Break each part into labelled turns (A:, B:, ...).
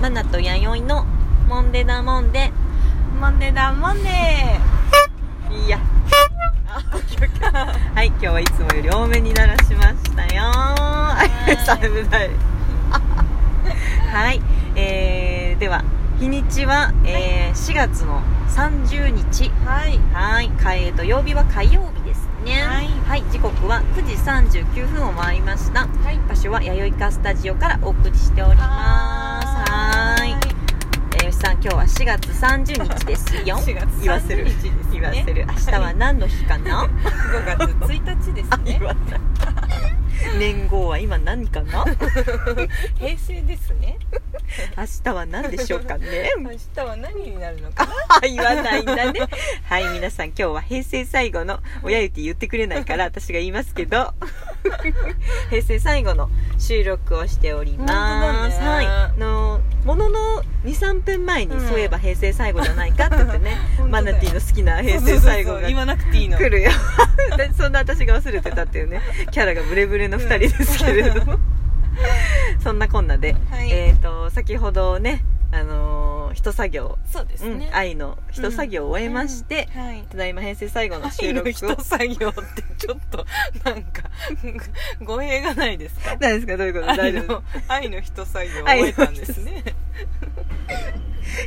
A: マナと弥生のモンデダモンデ
B: モンデだモンデー
A: いやあオッケーオッケーはい今日はいつもより多めに鳴らしましたよあ
B: い
A: 寒いはいえー、では日にちは、えー4月の30日
B: はい
A: はい、かえ土曜日は火曜日ですね。
B: はい
A: 時刻は9時39分を回りました。
B: はい
A: 場所は弥生かスタジオからお送りしております。はーい。えー、吉さん、今日は4月30日です よ。
B: 4月
A: 言わせる
B: 30日ですね
A: 言わせる。明日は何の日かな？
B: 5月1日です
A: あ、
B: ね
A: 言わない。 年号は今何かな？
B: 平成ですね
A: 明日は何でしょうかね。
B: 明日は何になるのか
A: あ言わないんだね。はい、皆さん今日は平成最後の、親ゆき言ってくれないから私が言いますけ ど、平成最後の収録をしております。
B: 本当だ
A: はい。
B: ね
A: あの、ものの2、3分前に、
B: うん
A: そういえば平成最後じゃないかって言ってね
B: 、本当
A: マ
B: だよ
A: ナティーの好きな平成最後
B: そうそ
A: が
B: うそう言わなくていいの
A: 来るよ。 だそんな私が忘れてたっていうね、キャラがブレブレの2人ですけれど も。そんなこんなで、
B: はい
A: えっ、と、先ほどね、あのー、一作業、
B: そうです
A: うん
B: ね、
A: 愛の一作業を終えまして、
B: うんはい
A: ただいま平成最後の収
B: 愛の
A: 録を
B: 一作業ってちょっとなんか ご語弊がないですか
A: 何ですかどういうこと大
B: 愛
A: 丈夫
B: の愛の一作業を終えたんですね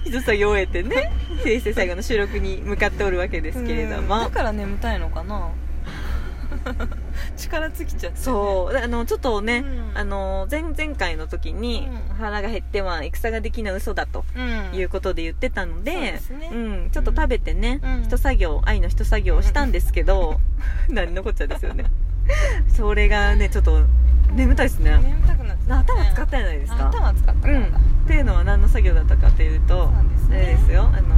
A: 一作業を終えてね平成最後の収録に向かっておるわけですけれども、
B: うんだから眠たいのかな 力尽きちゃって、ね、
A: そうあのちょっとね、
B: うん
A: あの前々回の時に、
B: うん
A: 腹が減っては戦ができない嘘だと
B: う、ん、
A: いうことで言ってたので,、
B: そうですね
A: ん、ちょっと食べてね、
B: うん
A: 一作業愛の一作業をしたんですけど、何のこっちゃですよねそれがねちょっと眠たいですね
B: 眠たくなっちゃ
A: 頭使った
B: ね
A: じゃないですか、
B: 頭使ったか
A: う
B: ら
A: ん、
B: だ
A: っていうのは何の作業だったかというと
B: そうなんですね
A: あれですよあの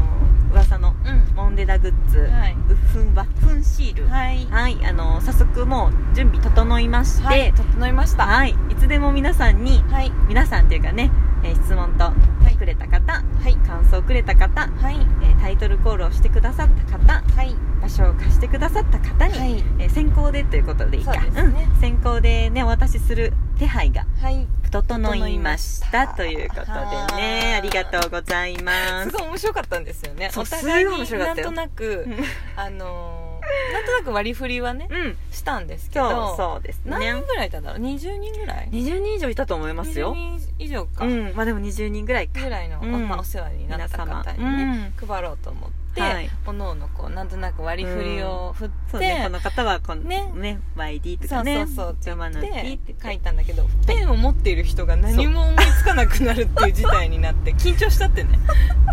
A: 噂の
B: うん
A: モンデダグッズ、
B: はい
A: ウッフンバッフンシール、
B: はい、
A: はいあの早速もう準備整いまして、
B: は、
A: はいい
B: 整いましたい、
A: いつでも皆さんに
B: はい
A: 皆さんというかね、えー質問と
B: い
A: くれた方、
B: はい
A: 感想をくれた方、
B: はい
A: えータイトルコールをしてくださった方
B: はい
A: 場所を貸してくださった方に、
B: はい
A: えー先行でということでいいか
B: そうですね
A: うん、先行でねお渡しする手配が
B: はい
A: 整いましたと
B: 整い
A: いう
B: ま
A: こと
B: した
A: でねありがとうございますす
B: ごい面白かったんですよね
A: そう
B: お互い
A: すごい面
B: に
A: 白か
B: な
A: っ
B: ん
A: たよ
B: となく
A: うん
B: あのーなんとなく割り振りはね
A: うん
B: したんですけ
A: 今
B: ど
A: 日そうですね
B: 何人ぐらいいたんだろう20人ぐらい
A: 20人以上いたと思いますよ
B: 20人以上か、
A: うんまあでも20人ぐらいか
B: ぐらいの、
A: うん
B: まあ、お世話になった方にね、配ろうと思って、
A: はい
B: おのおのこうなんとなく割り振りを振って、
A: そうねこの方はこの
B: ね
A: ね YD と
B: そ
A: か
B: う
A: ね
B: そうそうって
A: 邪魔な
B: 言っ
A: T ってて
B: 書い
A: て
B: たんだけどペンを持っている人が何も思いつかなくなるっていう事態に なって緊張しちゃってね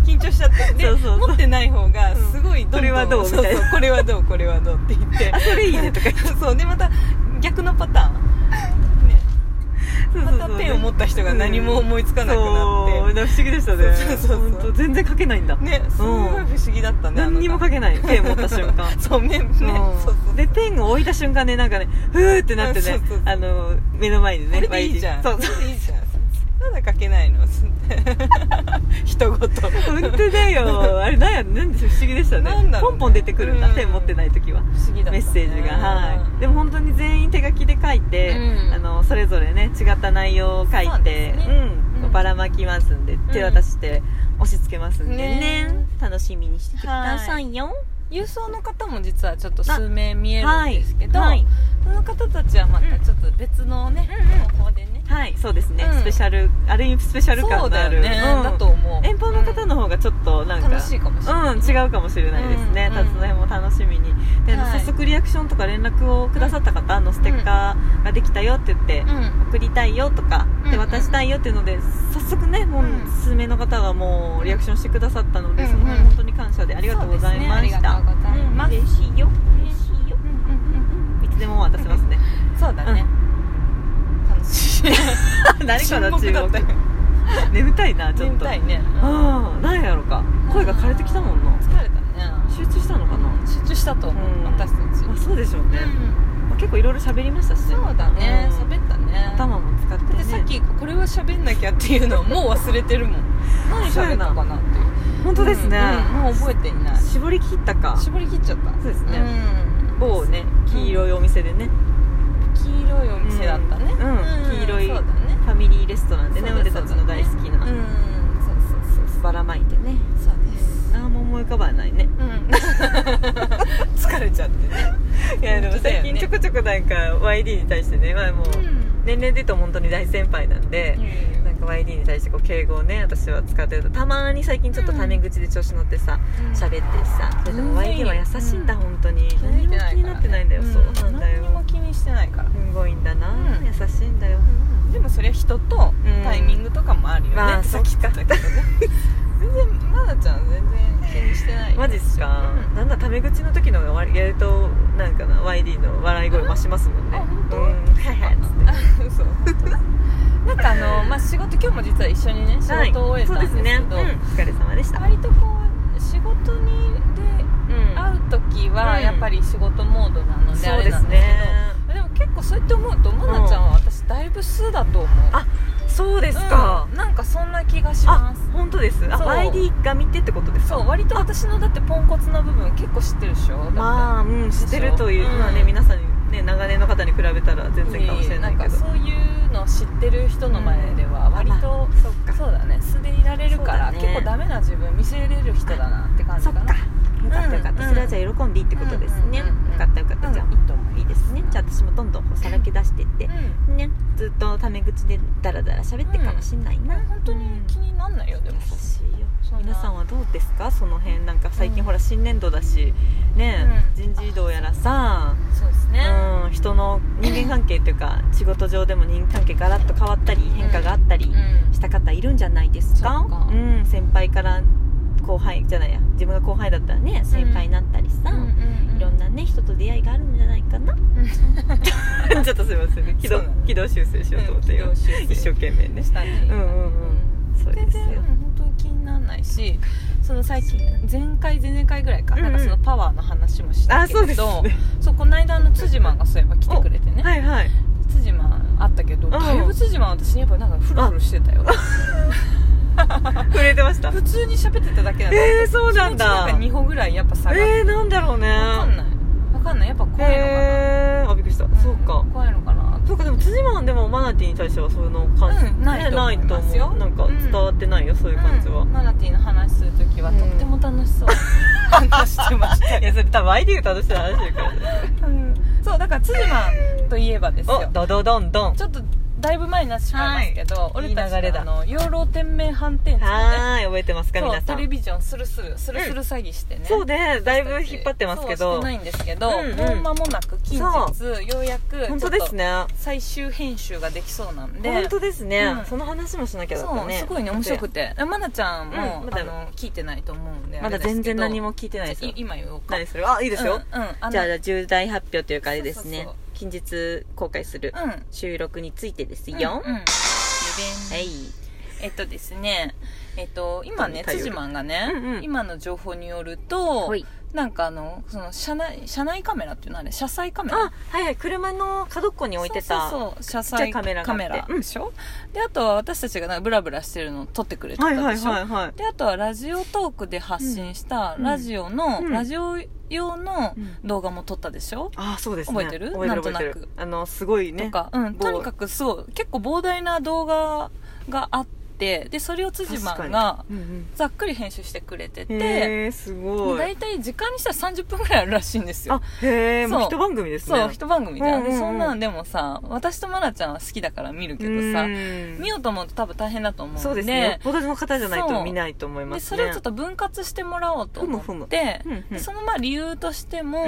B: 緊張しちゃってで
A: そうそうそう
B: 持ってない方がすごいどんど
A: こ
B: ん、
A: れはどう
B: そそ
A: みたいな
B: これはどうこれはどうって言って
A: そ れいいねとか
B: そうでまた逆のパターン、ね、またペンを持
A: っ
B: った人が何も思いつかなくなって、
A: そう不思議でしたね
B: そうそうそう
A: 本当全然書けないんだ
B: ねすごい不思議だったね
A: 何にも書けないペン持った瞬間
B: そう面ね
A: うん
B: そうそう
A: でペンを置いた瞬間ねなんかねふーってなって
B: そう
A: ね
B: そうそう
A: あの目の前に
B: こ
A: ね
B: れでいいじゃん
A: YD そう
B: これでいいじゃん まだ書けないの人ごと
A: 本当だ よあれなんやなんでしょう不思議でしたね
B: なんだろう
A: ポンポン出てくるんだ、
B: うん
A: ペン持ってない時は
B: 不思議だった
A: メ
B: ね
A: ッセージが、はい、でも本当に全員手書きで書いて、
B: うん
A: あのそれぞれね違った内容を書い
B: そう
A: て
B: ですね
A: うん
B: うん
A: ばらまきますんで、手渡して押し付けますんでね
B: ね
A: 楽しみにしててくださいよ
B: 郵送の方も実はちょっと数名見えるん
A: はい
B: ですけど、
A: はい
B: その方たちはまたちょっと別のね、
A: う
B: 方法でね
A: はいそうですね、
B: うん
A: スペシャルある意味スペシャル
B: そ
A: 感
B: う
A: の
B: だ
A: あ
B: よ
A: る
B: ね、
A: うん
B: だと思う
A: 遠方の方の方がちょっとなんか、
B: 楽しいかもしれない、
A: うん、違うかもしれないですね、
B: うん
A: ただその辺も楽しみにで、あの
B: はい
A: 早速リアクションとか連絡をくださった方、あのステッカーができたよって言って、
B: うん
A: 送りたいよとか、
B: うんう
A: で
B: ん
A: 渡したいよっていうので早速ねもう、
B: うん
A: 数名の方がもうリアクションしてくださったので、
B: うん
A: その辺本当に感謝でありがとうございました、
B: そうですねありがとうございます
A: うん嬉しいよ嬉しいよ
B: うんうん
A: いつでも渡せます ね
B: うんそうだね、楽し
A: 何
B: い
A: かの
B: 沈
A: 注
B: 黙だっ
A: 目
B: たよ
A: 眠たいなちょっ
B: 眠
A: と
B: たいね、
A: ああ何やろうか声が枯れてきたもんな
B: 疲れたね
A: 集中したのかな、
B: 集中したと思う、
A: うん
B: 私たち、
A: まあ、そうでしょうね、
B: うん
A: まあ結構いろいろ喋りましたしね
B: そうだね
A: うん
B: 喋ったね
A: 頭も使って
B: だっ
A: ね
B: てさっきこれは喋んなきゃっていうのをもう忘れてるも ん何喋ったかなっていう
A: 本当ですね、
B: うんうんもう覚えていない
A: 絞り切ったか
B: 絞り切っちゃった
A: そうですね
B: うん
A: 某ね黄色いお店でね、
B: 黄色いお店だったね
A: うんうん黄色い
B: そうだね
A: ファミリーレストランでね
B: そうだ
A: 俺たちの大好きな、
B: うん
A: ばらまいてね
B: そうです
A: 何も思い浮かばないね
B: うん疲れちゃってね
A: いやでも
B: 本当だ
A: 最
B: よ
A: 近
B: ね
A: ちょこちょこなんか YD に対してね、まあ、もう年齢で言うと本当に大先輩なんで、なんか YD に対してこう敬語をね私は使ってるとたまに最近ちょっとタメ口で調子乗ってさ喋ってさでも YD は優しいんだ
B: うん
A: 本当に
B: 気
A: 何も気になってないんだよそうなんだ
B: 何にも
A: よ
B: 気にしてないから、
A: すごいんだな
B: うん
A: 優しいんだよ
B: でもそりゃ人と
A: うん
B: タイミングとかもあるよね、
A: まあ
B: ってさっき言ってたけどね全然まなちゃん全然気にしてない
A: マジっすか
B: うん
A: なんだタメ口の時の方がやるとなんかな YD の笑い声増しますもんね
B: あ本当
A: うんはいはいっつって
B: そう本当だなんかあの、まあ、仕事今日も実は一緒にね仕
A: はい
B: 事を終えたんです
A: そうです
B: けど、
A: ねうんお疲れ様でした
B: 割とこう仕事にで
A: うん
B: 会う時は
A: うん
B: やっぱり仕事モードなのであ
A: そう
B: れ
A: で
B: な
A: す
B: んですけど
A: ね
B: でも結構そうやって思うとまなちゃんは私だいぶ素だと思う
A: あそうですか
B: うんなんかそんな気がし
A: あ
B: ます
A: 本当ですあ
B: そう
A: YD が見てってことです
B: そ
A: か
B: う割と私のだってポンコツな部分結構知ってるでしょ
A: まあうん知ってるという
B: でしょ
A: まあ
B: う
A: ね
B: ん
A: 皆さんにね長年の方に比べたら
B: だ
A: 全
B: って
A: 然かもしれない
B: ん
A: け
B: か
A: ど
B: そういうの知ってる人の前では割
A: あま
B: と
A: あ、そっか
B: そうだね素でいられるから、
A: そうだね
B: 結構ダメな自分見せれる人だなって感じ
A: そ
B: か
A: っ
B: な
A: かよかったよかった、
B: うん
A: それはじゃあ喜んでいいってことですね、
B: うんうんうん
A: よかったよかった、
B: うん
A: じゃ
B: いいと思
A: あいいですねじゃあ私もどんどんこうさらけ出してって
B: う、
A: ねずっとタメ口でダラダラ喋ってるかもしんないな、
B: うん本当に気になんないよで
A: 優
B: も
A: しいよ
B: そんな
A: 皆さんはどうですかその辺なんか最近ほら新年度だしね、
B: うん
A: 人事異動やらさ
B: そうですね
A: うん、人の人間関係っていうか仕事上でも人間関係ガラッと変わったり変化があったりした方いるんじゃないですか,、
B: そっか
A: うん、先輩から後輩じゃないや自分が後輩だったらね先輩になったりさ、いろんなね人と出会いがあるんじゃないかな ちょっとすいませんね軌道
B: そうなの
A: 軌道修正しようと思ってよ、一生懸命ね
B: し、た
A: うんうんうんそう
B: 全
A: ですよ
B: 然うん本当に気にならないしその最近前回前々回ぐらいか、
A: うんうん
B: なんかそのパワーの話もした
A: あ
B: け
A: そうで
B: れ
A: す
B: ど
A: ね
B: そうこの間あの辻間がそういえば来てくれてね、
A: はいはい
B: 辻間あったけど、
A: ん
B: だいぶ辻間私にやっぱなんかフルフルしてたよ
A: 震えてました
B: 普通に喋ってただけなの
A: えー、そうなんだ
B: 気持ちなんか2歩ぐらいやっぱ下がって、
A: えー、なんだろうね
B: わかんないわかんないやっぱ怖いのかな、
A: えー、あびっくりした、
B: ん
A: そうか
B: 怖いのかな
A: そうかでも辻マンでもマナティーに対してはその感じ、
B: うんないと思い
A: ね
B: ますよ
A: なんか伝わってないよ、そういう感じは、
B: うんマナティーの話するときはとっても楽し そう、話してました
A: いやそれ多分 ID が楽しい話だからね
B: うんそうだから辻間といえばです
A: お
B: よ
A: ドドドンドン
B: ちょっとだいぶ前になってしまいますけど、俺たち
A: いい流れだ
B: あの養老天命反転地のね
A: はーい覚えてますか
B: そう
A: 皆
B: テ
A: さん
B: レビジョンスルスルスルスル詐欺してね、
A: そうねだいぶ引っ張ってますけ
B: そう
A: ど
B: してないんですけど、
A: うんうん
B: もう間もなく近日ようやく
A: 本
B: ち
A: 当
B: ょっ
A: で
B: と
A: すね
B: 最終編集ができそうなんで
A: 本当ですね、
B: うん
A: その話もしなきゃだった
B: そう
A: ね
B: すごいね面白くてまなちゃんも、
A: うんまだ
B: あの聞いてないと思うんで
A: まだ全然何も聞いて
B: な
A: ないい
B: で
A: ですす
B: け
A: よ
B: どじゃあい今言おうか
A: 何でするあいいですよ、
B: うんうんあの
A: じゃあじゃあ重大発表というかあれですね
B: そうそう
A: 近日公開する
B: うん
A: 収録についてですよ、
B: うんうん
A: はい
B: えっとですねえっと今ね
A: 頼る
B: 辻マンがね、
A: うんうん
B: 今の情報によると、
A: はい
B: なんかあのその車内車内カメラっていうのはあれ車載カメラ
A: あはいはい車の角っこに置いてた
B: そうそう
A: ちっ
B: そう車
A: ちゃい
B: 載
A: カメラがあってうん
B: でしょ、であとは私たちがなんかブラブラしてるのを撮ってくれてた
A: は
B: で
A: い
B: しょ、
A: はいはいはい
B: であとはラジオトークで発信した
A: うん
B: ラジオの、
A: うん
B: ラジオ用の
A: うん
B: 動画も撮ったでしょ、
A: ああそうですね
B: 覚えてる
A: 覚えてる
B: なんとなく
A: 覚えてるあのすごいね
B: とか、うん、
A: 某
B: とにかくそう結構膨大な動画があってでそれを辻
A: 確か
B: マン
A: に
B: が
A: うんうん
B: ざっくり編集してくれてて、
A: へえすご
B: 大
A: い
B: 体時間にしたら30分ぐらいあるらしいんですよ
A: あへえもう
B: そう
A: 一番組ですね
B: そう一番組じゃん,、
A: うんうんうん
B: でそんなんでもさ私とマナちゃんは好きだから見るけどさ
A: うん
B: 見ようと思うと多分大変だと思うんで
A: そうですねよっぽどの方じゃない
B: そう
A: と見ないと思いま
B: ですそ
A: ね
B: れをちょっと分割してもらおうと思って
A: ふむふむうんうん
B: でそのまあ理由としても、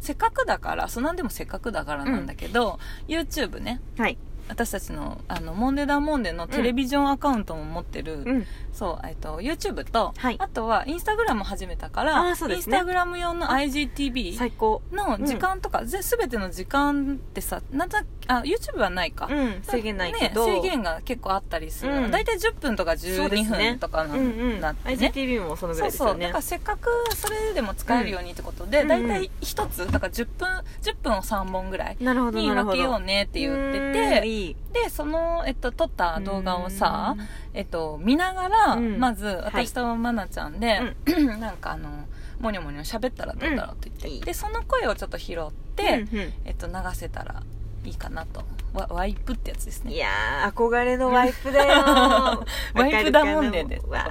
B: せっかくだからそうなんでもせっかくだからなんだけど、YouTube ね
A: うんはい
B: 私たちのあのモンデダモンデのテレビジョンアカウントも持ってる、
A: うん
B: そう、えっと、YouTube と、
A: はい
B: あとはインスタグラムも始めたか
A: あ
B: ら、
A: ーそう
B: イ
A: で
B: ンス
A: すね
B: タグラム用の IGTV
A: 最高
B: の時間とか、ぜ全ての時間ってさなんだあ YouTube はないか、
A: うん制限ないけど
B: ね、制限が結構あったりする、
A: うん
B: 大体10分とか
A: そうで
B: 12
A: すね
B: 分とかな
A: うんうん
B: んだってね、
A: IGTV もそのぐ
B: そ
A: ら
B: う
A: いです
B: そ
A: よ
B: うだ
A: ね
B: からせっかくそれでも使えるようにってことで、
A: うん
B: 大体1つだから10分10分を3本ぐらい
A: なるほど
B: に
A: なる
B: 分
A: ほ
B: けよ
A: ど
B: うねって言って
A: う
B: て
A: んいい
B: でその、えっと、撮った動画をさ、
A: うん
B: えっと、見ながら、
A: うん
B: まず私とまなちゃんで、 なんかあのもにょもにょ喋ったらどうだろうって言って、
A: うん
B: でその声をちょっと拾って、
A: うんうん
B: えっと、流せたらいいかなとワワイプってやつです
A: い
B: ね
A: やー憧れのワイプだよわかるかな
B: ワイプだもんでねってことでね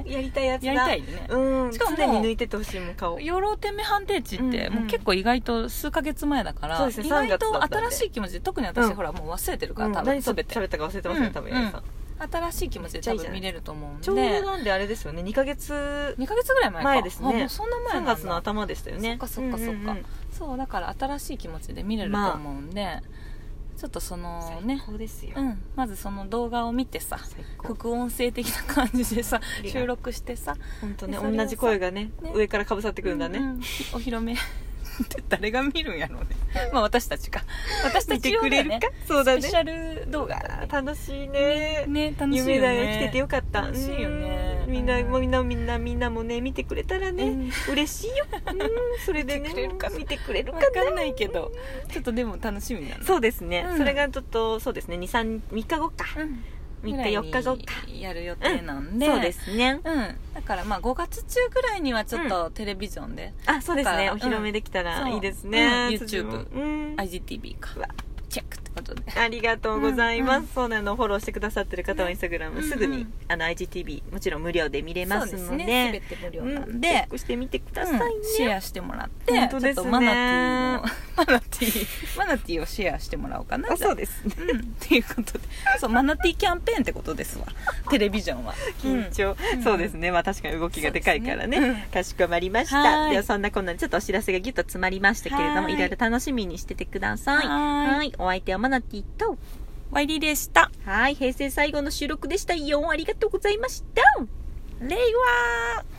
A: わーやりたいやつだ
B: やりたいね
A: うん
B: しかも
A: 常に抜いてってほしいもん顔
B: 養老天命判定値って、
A: うん
B: もう結構意外と数ヶ月前だから
A: そうですね
B: 意外
A: 3月
B: と
A: だったんで
B: 新しい気持ちで特に私、
A: うん
B: ほらもう忘れてるから、
A: うん
B: 多分
A: 何
B: 全
A: 喋
B: て
A: ったか忘れてますね多分、
B: うん
A: 八重さん
B: 新しい気持ちで多分見れると思うんで
A: ちょうどなんであれですよね2ヶ月
B: 2ヶ月ぐらい前か
A: 前ですね
B: あもうそんな
A: 3
B: 前なんだ
A: 月の頭でしたよね
B: そっかそっかそっか
A: うんうんうん
B: そうだから新しい気持ちで見れると思うんで、ちょっとその
A: 最
B: ね
A: 高ですよ、
B: うん、まずその動画を見てさ
A: 最高
B: 副音声的な感じでさ
A: ありがとう
B: 収録してさ
A: 本当ね
B: でそれをさ
A: 同じ声がね
B: ね
A: 上からかぶさってくるんだね、
B: ううお披露目 って誰が見るんやろうねまあ私たちか私た
A: 見て
B: ち用だ
A: く
B: よ
A: れる
B: ね
A: かそうだ
B: スペ
A: ね
B: シャル動画だね
A: 楽しいね
B: ね楽しいよね
A: 夢だよ来ててよかった
B: 楽しいよね
A: うんみんな
B: うん
A: もうみんなみんなみんなもね見てくれたら
B: う
A: ね
B: ん
A: 嬉しいようんそれでね
B: 見てくれるかな
A: 見てくれるか
B: わ
A: な
B: かんないけどちょっとでも楽しみだね
A: そうですね
B: うん
A: それがちょっとそうですね2 3 3日後か
B: うん
A: 3日4日後か
B: ぐらいにやる予定なんで、
A: そうですね
B: うんだからまあ5月中ぐらいにはちょっとテレビジョンで、
A: あそうですね
B: だ
A: お
B: か
A: 披
B: ら
A: 露目できた
B: う
A: ら
B: ん
A: いいですね
B: そううん YouTube
A: うん
B: IGTV か
A: うわ
B: チェックってことで
A: ありがとうございます、
B: うんうん
A: そうなのフォローしてくださってる方はインスタグラム
B: うん
A: すぐ
B: う
A: に
B: ん
A: あの IGTV もちろん無料で見れます
B: そう
A: の
B: です
A: で
B: ね全て無料
A: う
B: な
A: ん
B: ん
A: チェッ
B: で、
A: クしてみてくだ
B: う
A: さいね
B: ん、シェアしてもらって、
A: 本当ですね
B: ちょっとマナティーのマナティ ーマナティーをシェアしてもらおうかな
A: あそう
B: で
A: ですね
B: す、うん、っていうことでそうマナティーキャンペーンってことですわテレビジョンは
A: 緊張、
B: うん
A: そうですねまあ確かに動きがでかいからね
B: そうですねうん
A: かしこまりまし
B: は
A: た
B: い
A: ではそんなこんなでちょっとお知らせがギュッと詰まりましたけれども
B: はい
A: いろいろ楽しみにしててください
B: はーい
A: いお相手はマナティと
B: ワイリーでした
A: はい平成最後の収録でしたよありがとうございました
B: 令和